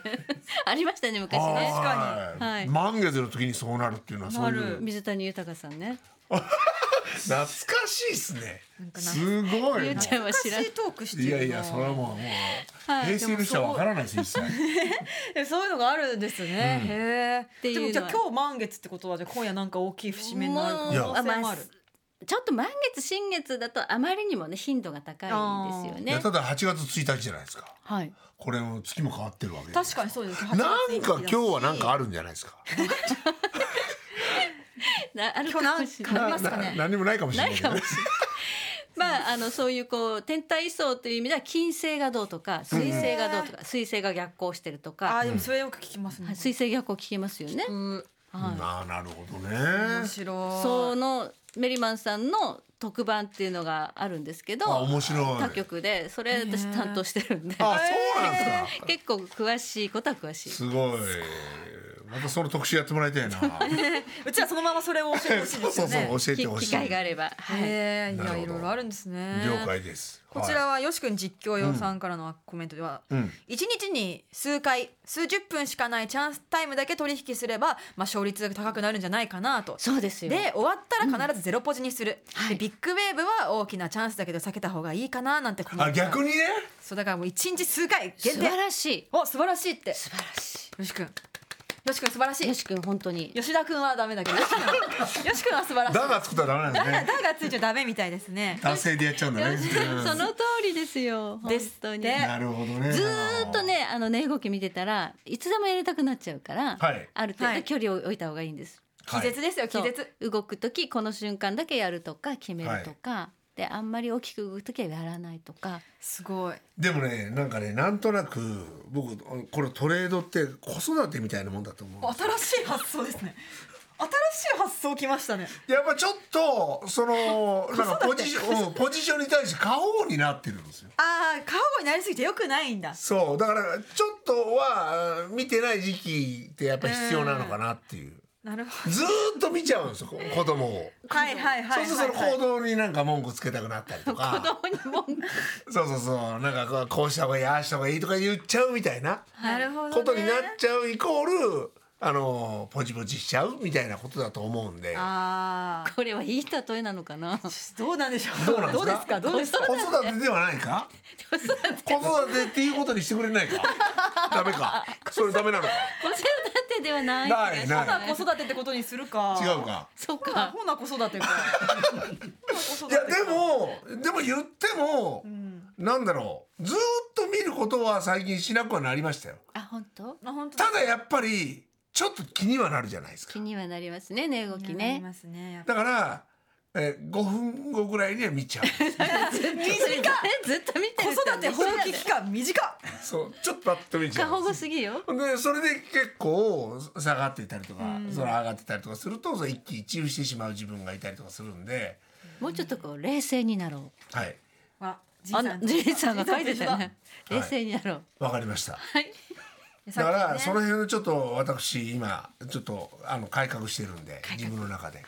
E: ありましたね昔ね。
B: はい
E: はい
B: 満月の時にそうなるっていうのはそう
F: ないる
B: う
E: 水谷豊さんね。
B: 懐かしいですね
F: なん。かな
B: すごい。
E: ゆうちゃんは知らん
F: 懐かしいトークして
B: い
F: るな
B: やいや、それはもう、もう、
F: はい
B: 平成の人はわからないです、一切。
F: えそういうのがあるんですね。へえ。
E: ていう
F: で
E: の
F: も
E: は
F: じゃあ今日満月ってことはじゃあ今夜なんか大きい節目になる
E: もう
F: 可能性
E: い
F: も
E: や
F: ある。
E: ちょっと満月新月だとあまりにもね頻度が高いんですよ
B: いや
E: ね
B: た。だ8月1日じゃないですか。
E: はい。
B: これも月も変わってるわけ。
F: 確かにそうです。
B: なんか今日はなんか
F: あ
B: あるんじゃないですか。
E: なある
F: 今日
E: か
F: な
E: も
F: ん
E: しれ
F: か
E: ない。
F: ありますかね
B: な。何もないかもしれないけど
E: ないかも。まあ、あのそういうこう天体位相という意味では金星がどうとか水星がどうとか水星が逆行してると
F: あ
E: か
F: ーでもそれよく聞きますね。
E: 水星逆行聞きますよね。はい
B: なあ、なるほど
F: 面
B: ね。
F: 白い。
E: そのメリマンさんの特番っていうのがあるんですけど
B: あ、面白い。あ、
E: 他局でそれ私担当してるんで
B: そうなんですか。
E: 結構詳しいことは詳しい。
B: すごい。またその特集やってもらいたいな。
F: うちはそのままそれを教えてほしい
B: そ
F: で
B: う
F: す
B: そ
F: よ
B: うそ
F: ね。
B: う、教えて
E: き
B: ほしい。
E: 機会があれば、はい、
F: へえい
B: なるほ
F: や
B: ど
F: いろいろあるんですね。
B: 了解です。
F: こちらはよし君実況用さんからのコメントでは、
B: うん
F: 一日に数回数十分しかないチャンスタイムだけ取引すれば、まあ、勝率が高くなるんじゃないかなと。
E: そうですよ。
F: で終わったら必ずゼロポジにする、
E: はい
F: でビッグウェーブは大きなチャンスだけど避けた方がいいかななんてコメン
B: はい。
F: ト
B: あ、逆にね。
F: そうだからもう一日数回
E: 素
F: 限定
E: 晴らしい。
F: お素晴らしいってよ
E: 素晴らし
F: し君よし君素晴らし
E: い。
F: い
E: よし君本当に。
F: 吉田君はダメだけどよし君はよし君は素晴らしい
B: だがつくとはダメなんです
F: だ
B: ね。
F: がついちゃダメみたいですね
B: 男性でやっちゃうんだね。
E: その通りですよ。本
F: です
E: 当に。
F: で
B: なるほどね。
E: ずーっと。ねあの値動き見てたらいつでもやりたくなっちゃうから、
B: はい
E: ある程
F: は
E: 度
F: い
E: 距離を置いた方がいいんです。
F: 気絶ですよ気
E: そう
F: 絶
E: 動く時この瞬間だけやるとか決めるとか、であんまり大きく動く時はやらないとか
F: すごい
B: でもね、なんかね、なんとなく、僕、このトレードって子育てみたいなもんだと思う。
F: 新しい発想ですね新しい発想きましたね
B: やっぱちょっと、その、なんかポジション、うんポジションに対して過保護になってるんですよ。
F: ああ過保護になりすぎてよくないんだ
B: そう、だから、ちょっとは、あー見てない時期ってやっぱ必要なのかなっていう。
F: なるほ
B: ずーっと見ちゃうんですよ、こ子供を。
F: どはいはいは
B: そ
F: いう
B: するとその行動になんか文句つけたくなったりとか。
E: 子供に文句
B: そうそうそうなんかこうこうした方がいいああした方がいいとか言っちゃうみたいな
F: なるほどね
B: ことになっちゃうイコールあのポチポチしちゃうみたいなことだと思うんで
F: ああ
E: これはいい例えなのかな。
F: どうなんでしょう
B: どうなんですか
F: ですかどうですか
B: 子育てではないか子育てっていうことにしてくれないかダメかそれダメなのか
E: 子育てではない
B: ない
E: 気が
B: な
F: ほ
B: い
F: な子育てってことにするか
B: 違うか
E: そう
F: ほな
E: か
F: ほな子育てか
B: いやでもでも言っても、なんだろうずーっと見ることは最近しなくはなりましたよ
E: あ本当
F: あ本当
B: ただやっぱりちょっと気にはなるじゃないですか
E: 気にはなりますね値動き
F: なり
E: ね。
F: ますね
B: だから、えー、5分後ぐらいには見ちゃう
F: 短っ
E: ずっと見て
F: 子
E: る人
F: 育て放棄期間短っ
B: そうちょっとパッと見ち
E: 過
B: ゃ
E: 保
B: う
E: 護すぎよ。
B: でそれで結構下がっていたりとか、その上がってたりとかするとその一喜一憂してしまう自分がいたりとかするんで、
E: もうちょっとこう冷静になろう。
B: はい
F: あじい
E: あ
F: さ
E: の
F: ん
E: じいさんが書いてたよね。
B: 一緒だ
E: 冷静になろう。
B: わかりました
E: はい。
B: だから、その
F: 辺
B: 辺をちょっと私今ちょっとあの改革してるんで自分の中で、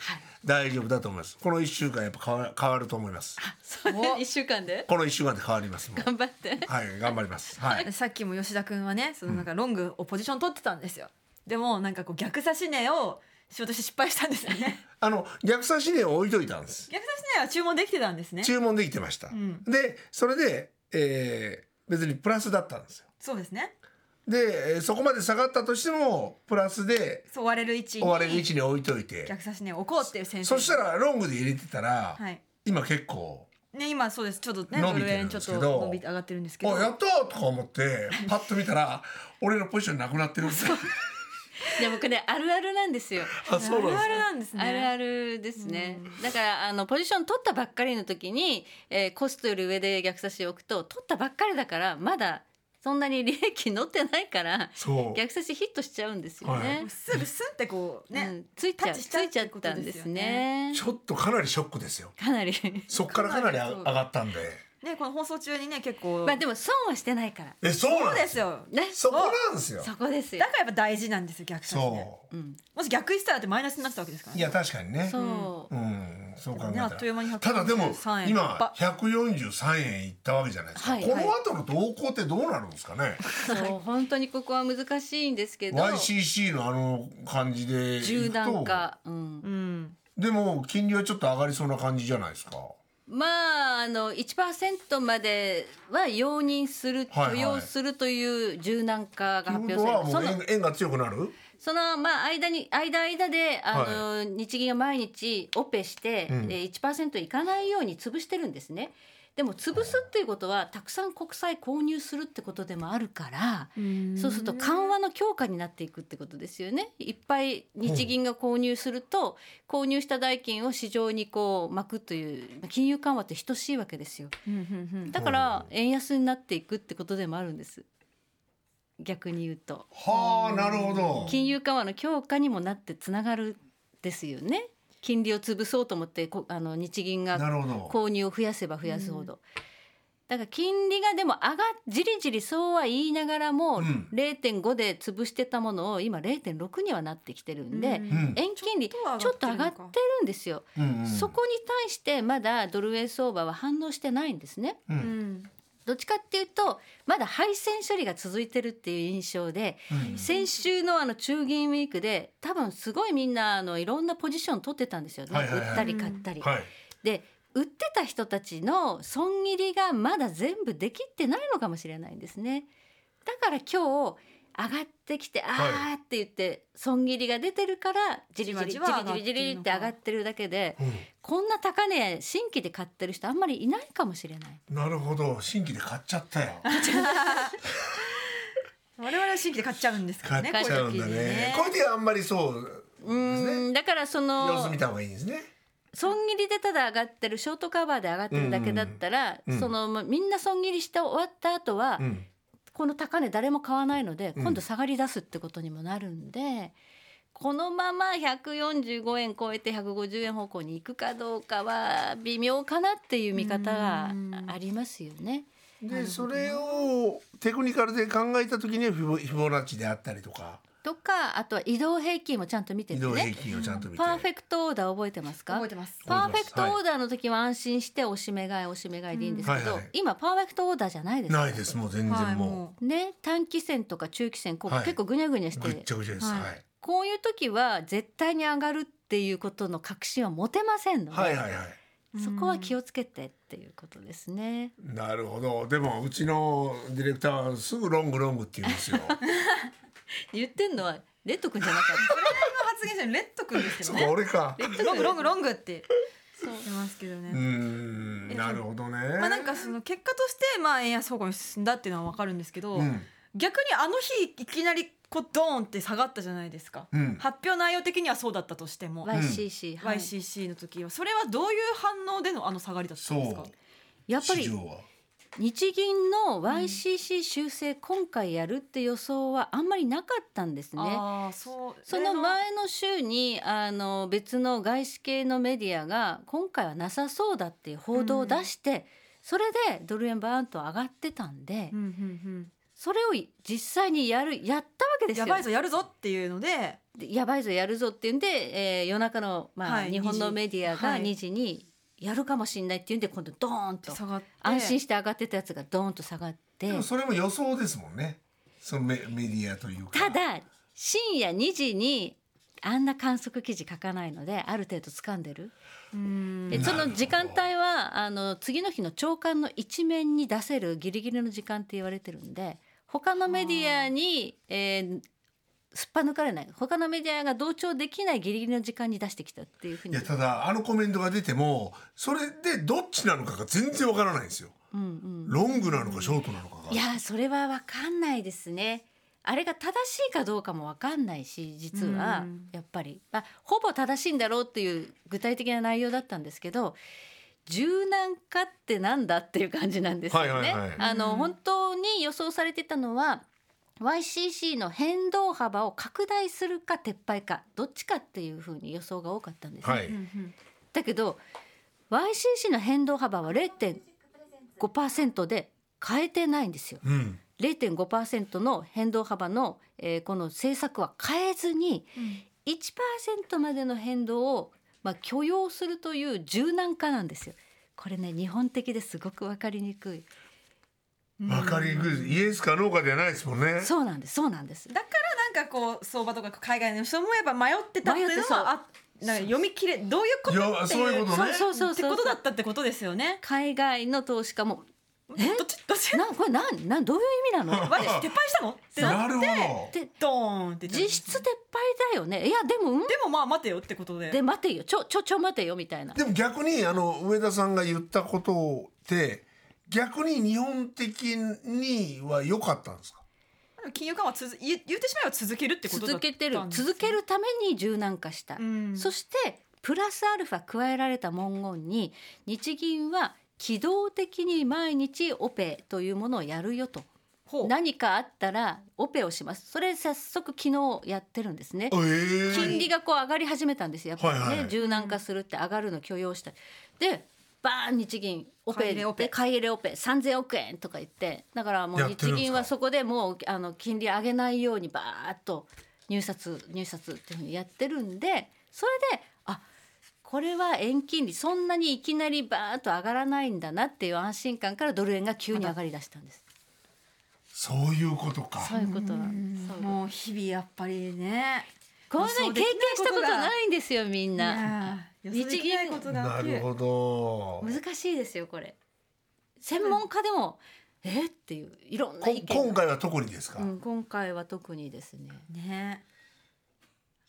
B: 大丈夫だと思いますこの1週間やっぱ変わ変わると思います
E: そ
F: お
E: れ一週間で
B: この1週間で変わりますもう
E: 頑張って。
B: はい頑張りますはい
F: さっきも吉田君はねそのなんかロングをポジション取ってたんですよ、でもなんかこう逆差し値を仕事して失敗したんですよ ね
B: あの逆差し値を置いといたんです
F: 逆差し値は注文できてたんですね
B: 注文できてました、
F: ん
B: でそれで、えー別にプラスだったんですよ
F: そうですね
B: でえーそこまで下がったとしてもプラスで
F: そう割れる位置に
B: 終われる位置に置いといて
F: 逆差し値を置こうっていう先生
B: そしたらロングで入れてたら、
F: はい
B: 今結構
F: ね今そうですちょっとね
B: 伸
F: ド
B: びて
F: ル
B: るん
F: 円ち
B: で
F: ょっ
B: すけ
F: と
B: ど
F: 伸びて上がってるんで
B: 「
F: す
B: あ
F: けど
B: やった!」とか思ってパッと見た ら俺のポジションなくなってるみたいな
E: でもこれあるあるなんですよ。
B: あそうなんです
F: あるあるなんですね
E: あるあるですね。だからあのポジション取ったばっかりの時に、えーコストより上で逆差しを置くと取ったばっかりだからまだそんなに利益乗ってないから
B: そう
E: 逆差しヒットしちゃうんですよ
B: は
E: ね
F: もう。すぐスンってこうね、
E: うん、ついちゃ
F: タ
E: う
F: ッチし
E: つ
F: ちゃう
E: いちゃったんですね。
B: ちょっとかなりショックですよ
E: かなり。
B: そっからかなりあ上がったんで
F: ねこの放送中にね結構
E: まあでも損はしてないから。
B: えそう
F: そ
B: な
F: うんで
B: ですすよ
F: よ
E: ね。
B: そこなんですよ
E: そこですよ
F: だ。からやっぱ大事なんですよ逆差しね
B: そ
E: うん。
F: もし逆にしたらだってマイナスになってたわけですから
B: うい
F: ね
B: や確かにね
E: そう。
B: うん、そう考えた
F: あ
B: ら。
F: っという間に143
B: ただでも
F: 円
B: 今143円いったわけじゃないですか。
E: はい
B: この後の動向ってどうなるんですかね。
E: そう本当にここは難しいんですけど。
B: YCC のあの感じでいくと
E: 柔軟化。うん。
F: うん
B: でも金利はちょっと上がりそうな感じじゃないですか。
E: まあ、あの1%までは容認する、
B: はいはい
E: 許容するという柔軟化が発
B: とい
E: 表
B: うことはも
E: さ
B: う
E: れる。その
B: 円円が強くなる？
E: そのまあ間に間間であの、日銀が毎日オペして、
B: うん
E: えー1%いかないように潰してるんですね。でも潰すっていうことはたくさん国債購入するってことでもあるから、そうすると緩和の強化になっていくってことですよね。いっぱい日銀が購入すると、購入した代金を市場にこう巻くという金融緩和って等しいわけですよ。
F: うんうんうん
E: だから円安になっていくってことでもあるんです。逆に言うと。
B: はあなるほど。
E: 金融緩和の強化にもなってつながるですよね金利を潰そうと思ってこあの日銀
B: な
E: が
B: るほど。
E: 購入を増やせば増やすほど、だから金利がでも上がじりじりそうは言いながらも、
B: うん
E: 0.5で潰してたものを今0.6にはなってきてるんで、
F: うん
B: うん
E: 円金利ち
F: ちょっと上がってるのか
E: ょっと上がってるんですよ、
B: うんうん。
E: そこに対してまだドル円相場は反応してないんですね
B: うん
F: うん
E: どっちかっていうとまだ配線処理が続いてるっていう印象で、
B: うん
E: 先週のあの中銀ウィークで多分すごいみんなあのいろんなポジション取ってたんですよね、
B: はいはいはい
E: 売ったり買ったり。
B: はい。
E: で売ってた人たちの損切りがまだ全部できてないのかもしれないんですね。だから今日上がってきてあーって言って損切りが出てるからじりじりじ
F: じ
E: り
F: わじわ上が
E: じ
F: ってるのか
E: りじりって上がってるだけで
B: う
E: こんな高値新規で買ってる人あんまりいないかもしれない。
B: ん。なるほど新規で買っちゃったよ。
F: 我々は新規で買っちゃうんですか
B: 買
F: らね
B: っちゃうんだ
F: こい時に
B: ね。こういう時はあんまりそう
E: う
B: です
E: ーんだからその
B: 様子見た方がいいんですね。
E: 損切りでただ上がってるショートカバーで上がってるだけだったら、
B: うんうんうん
E: そのまあみんな損切りして終わった後は、
B: うん。
E: この高値誰も買わないので
B: うん
E: 今度下がり出すってことにもなるんで、このまま145円超えて150円方向に行くかどうかは微妙かなっていう見方がありますよね。
B: でそれをテクニカルで考えた時にはフィボフィボナッチであったりとか
E: とかあとは移動平均もちゃんと見て
B: 移
E: て
B: 動平
E: ね。
B: 均をちゃんと見て。
E: パーフェクトオーダー覚えてますか
F: 覚えてます
E: パーフェクトオーダーの時は安心しておしめ買いおしめ買いでいいんですけど、
B: うんはいはい
E: 今パーフェクトオーダーじゃないですか
B: ないですもう全
F: は
B: 然
F: い
B: も
F: も
E: ね、短期線とか中期線こう、
B: はい
E: 結構ぐにゃぐにゃし
B: うぐってちゃぐちゃです。は
F: はい
B: い。
E: こういう時は絶対に上がるっていうことの確信は持てませんので、
B: はいはいはい。
F: う
E: そこは気をつけてっていうことですね。
B: なるほど。でもうちのディレクターはすぐロングロングって言うんですよ。
E: 言ってんのはレッド君じゃなかっ
F: 発言者のレッド君 ですけ
B: そ
F: ど
B: こ
F: ね
B: 俺か。
F: ロングロングロングって言ってますけど
B: う
F: ね
B: ーん。なるほどね。
F: まあなんかその結果としてまあ円安方向に進んだっていうのはわかるんですけど、
B: うん
F: 逆にあの日いきなりこうドーンって下がったじゃないですか、
B: うん
F: 発表内容的にはそうだったとしても、
E: た YCC、はい
F: YCC の時はそれはどういう反応でのあの下がりだった
B: そ
F: んですか
B: う。
E: やっぱ
B: 市
E: り
B: 場は。
E: 日銀の YCC 修正今回やるって予想はあんまりなかったんですね。
F: ああそう
E: その前の週にあの別の外資系のメディアが今回はなさそうだっていう報道を出して、それでドル円バーンと上がってたんで、
F: うんうん
E: それを実際にやるやったわけ
F: う
E: で
F: ん、
E: す
F: や
E: よ。
F: ばいぞやるぞっていうので
E: でやばいぞやるぞっていうんで、えー夜中の、まあ
F: はい
E: 日本のメディアが
F: 2
E: 2時にやるかもしれないっていうんで今度ドーンと
F: 下がって
E: 安心して上がってたやつがドーンと下がって
B: でもそれも予想ですもんね。そのメメディアというか。
E: ただ深夜2時にあんな観測記事書かないのである程度掴んでる。
F: うん
E: で
B: な
E: そ
B: るほど
E: の時間帯はあの次の日の朝刊の一面に出せるギリギリの時間って言われてるんで他のメディアに、えーすっぱ抜かれない他のメディアが同調できないギリギリの時間に出してきたっていうふう
B: い
E: に
B: やただあのコメントが出てもそれでどっちなのかが全然わからないんですよ。
E: うんうん
B: ロングなのかショートなのかが。
E: いやそれは分かんないですね。あれが正しいかどうかも分かんないし実は
F: うん
E: やっぱり、まあ、ほぼ正しいんだろうっていう具体的な内容だったんですけど柔軟化ってなんだっていう感じなんですよね。
B: はいはいはい
E: あ
F: う
E: の
F: ん
E: 本当に予想されてたのは YCC の変動幅を拡大するか撤廃かどっちかっていうふうに予想が多かったんですね、
B: はい。
F: うんうん
E: だけど YCC の変動幅は0.5%で変えてないんですよ。
B: うん。
E: 0.5%の変動幅の、えーこの政策は変えずに1%までの変動を、まあ、許容するという柔軟化なんですよ。これね日本的ですごく分かりにくい。
B: 分かりにくいイエスかノーかじゃないですもんね
E: そうなんですそうなんです
F: だからなんかこう相場とか海外の人もやっぱ迷ってたっていうの
E: 迷ってそう
F: はあなんか読み切れどういうこと
B: いや
F: って
B: そういうことね
E: そうそうそう
F: って
E: そう
F: ことだったってことですよね。
E: 海外の投資家もえ
F: どっちどっち
E: なこれなんなんどういう意味な の
F: 私撤廃したのってな
B: な
F: っ
B: るほ
E: で
F: ドーンって
E: 実質撤廃だよねいやでもうん
F: でもまあ待てよってことで
E: で待てよちょちょちょ待てよみたいな
B: どでも逆にあの上田さんが言ったことって逆に日本的には良かったんですか
F: 金融緩和つづ言言ってしまえば続けるってことだ
E: 続
F: った
E: け
F: んです
E: て
F: ね
E: る続けるために柔軟化した、
F: うん
E: そしてプラスアルファ加えられた文言に日銀は機動的に毎日オペというものをやるよと
F: ほう
E: 何かあったらオペをしますそれ早速昨日やってるんですね
B: えー
E: 金利がこう上がり始めたんですよやっぱりね、
B: はいはい
E: 柔軟化するって上がるの許容したでバーン日銀オ
F: 買
E: ペ
F: い入れオペ
E: で買い入れオペ3000億円とか言ってだからもう
B: やってるんです
E: 日
B: か
E: 銀はそこでもうあの金利上げないようにバーッと入札入札っていうふうにやってるんでそれであこれは円金利そんなにいきなりバーッと上がらないんだなっていう安心感からドル円が急に上がりだしたんです。
B: そういうことか
E: そういうことなんですそういうこと
F: もう日々やっぱりね
E: こんなに経験したことないんですよみんな。
F: いや予想できないことが
B: な
F: 起き
B: る
F: る
B: ほど
E: 難しいですよこれ専門家でも、えっていういろんな
B: こ
E: 意見
B: 今回は特にですか、
E: うん、今回は特にですね
F: ね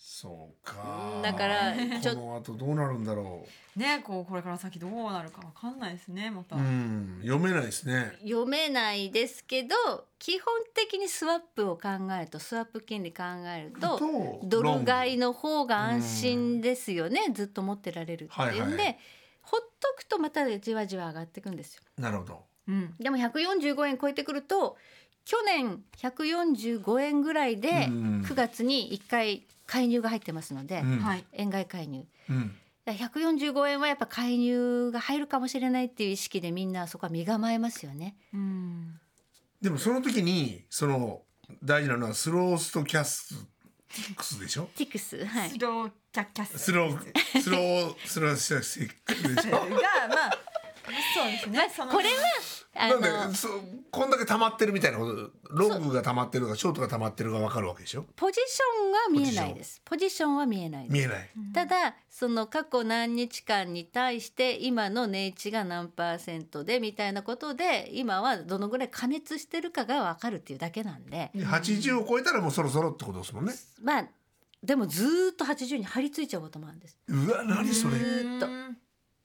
B: そうか
E: だから
B: こ
E: ちょ
B: の後どうなるんだろ
F: ねこうこれから先どうなるかわかんないですねまた、
B: ううん読めないですね
E: 読めないですけど基本的にスワップを考えるとスワップ金利考えるとドル買いの方が安心ですよねずっと持ってられるっていうんで、
B: はいはい
E: ほっとくとまたじわじわ上がっていくんですよ
B: なるほど
F: うん
E: でも145円超えてくると去年145円ぐらいで
B: うん
E: 9月に1回介入が入ってますので、
B: うん
F: はい
E: 円買い介入
B: うん
E: だから145円はやっぱ介入が入るかもしれないっていう意識でみんなそこは身構えますよね。
F: うん
B: でもその時にその大事なのはスローストキャスクスでしょ
E: ティックス、はい
F: ス、ローキャッキャス
B: スロースロースローストキャスクでし
F: が
B: ょ
F: まあそうですね、その
E: これはあの
B: なんでそこんだけ溜まってるみたいなことロングが溜まってるとかショートが溜まってるが分かるわけでしょ
E: ポジションは見えないです。ポジションは見えないです。
B: 見えない
E: ただその過去何日間に対して今の値打ちが何パーセントでみたいなことで今はどのぐらい加熱してるかが分かるっていうだけなんで
B: で80を超えたらもうそろそろってことですもんね
E: まあでもずーっと80に張り付いちゃうこともあるんです。
B: うわ何それ
E: ずーっと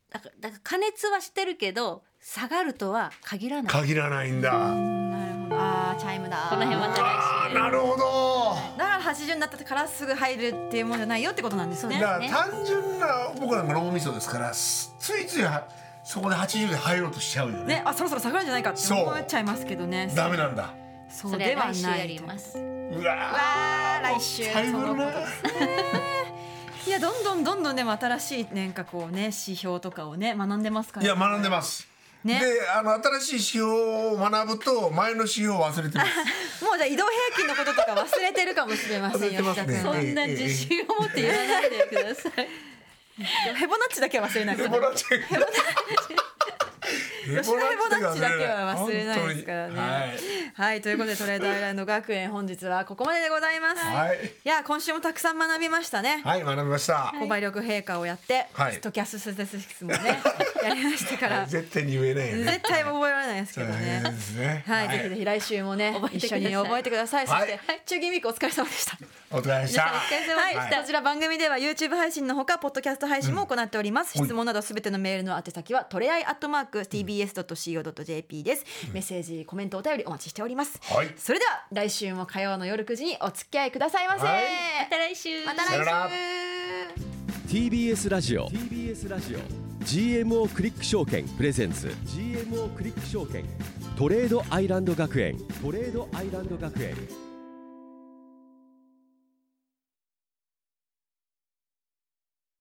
E: だからだから加熱はしてるけど下がるとは限らない。
B: 限らないんだあ
F: なるほどあーチャイムだ
E: この辺また来
B: ー
E: 週。
B: なるほど
F: だから80になったからすぐ入るっていうもんじゃないよってことなんですね
B: だから単純な僕なんか脳みそですからすついついはそこで80で入ろうとしちゃうよね
F: ねあそろそろ下がるんじゃないかって
B: そう
F: 思っちゃいますけどね
B: ダメなんだ
F: そう
E: そ
F: で
E: れ
F: は
E: は来週
F: な
E: や
F: い
E: ります。
B: うわー
F: わあ来週
B: 最後
F: そ
B: の
F: の
B: な
F: こといやどんどんどんどんでも新しい年かこうね指標とかをね学んでますから、
B: いや学んでます、
F: ね
B: であの新しい指標を学ぶと前の指標を忘れ てます
F: もうじゃあ移動平均のこととか忘れてるかもしれませんよ
B: 忘れてますね
E: そ
F: 吉田君
E: んな自信を持って言わないでください。
F: ヘボナッチだけは忘れないです
B: ヘ
F: か
B: ボ
F: ら
B: ナッチヘ
F: 吉田ヘボナッチだけは忘れないですからね
B: はい
F: はいということでトレードアイランド学園本日はここまででございます、
B: はい
F: や今週もたくさん学びましたね、
B: はい学びました、
F: 購買力陛下をやって、
B: はい
F: ストキャスステスティックスもねやりましたから絶
B: 絶対に言えないよね
F: 対覚えられないですけ
B: そう
F: どね
B: ですね
F: はい、ぜひぜひ来週もね、
E: 覚えてくだ
F: 一
E: さ
F: 緒
E: い
F: に覚えてください。そして、
B: は
F: 中銀ウィークお疲れ様でした。
B: お疲れ様でした
E: 皆さんお疲れ様でした
F: はい、
B: はい
F: こちら番組では YouTube 配信のほか、ポッドキャスト配信も行っております。
B: うん
F: 質問などすべてのメールの宛先は、トレアイアットマーク TBS.CO.JP です。メッセージ、コメント、お便りお待ちしております。
B: はい
F: それでは、来週も火曜の夜9時にお付き合いくださいませ。
B: はい
E: また来週。
F: また
B: さよな
F: 来
B: ら
F: 週。
A: TBS ラジオ TBS ラジオ GMO クリック証券プレゼンツ GMO クリック証券トレードアイランド学園トレードアイランド学園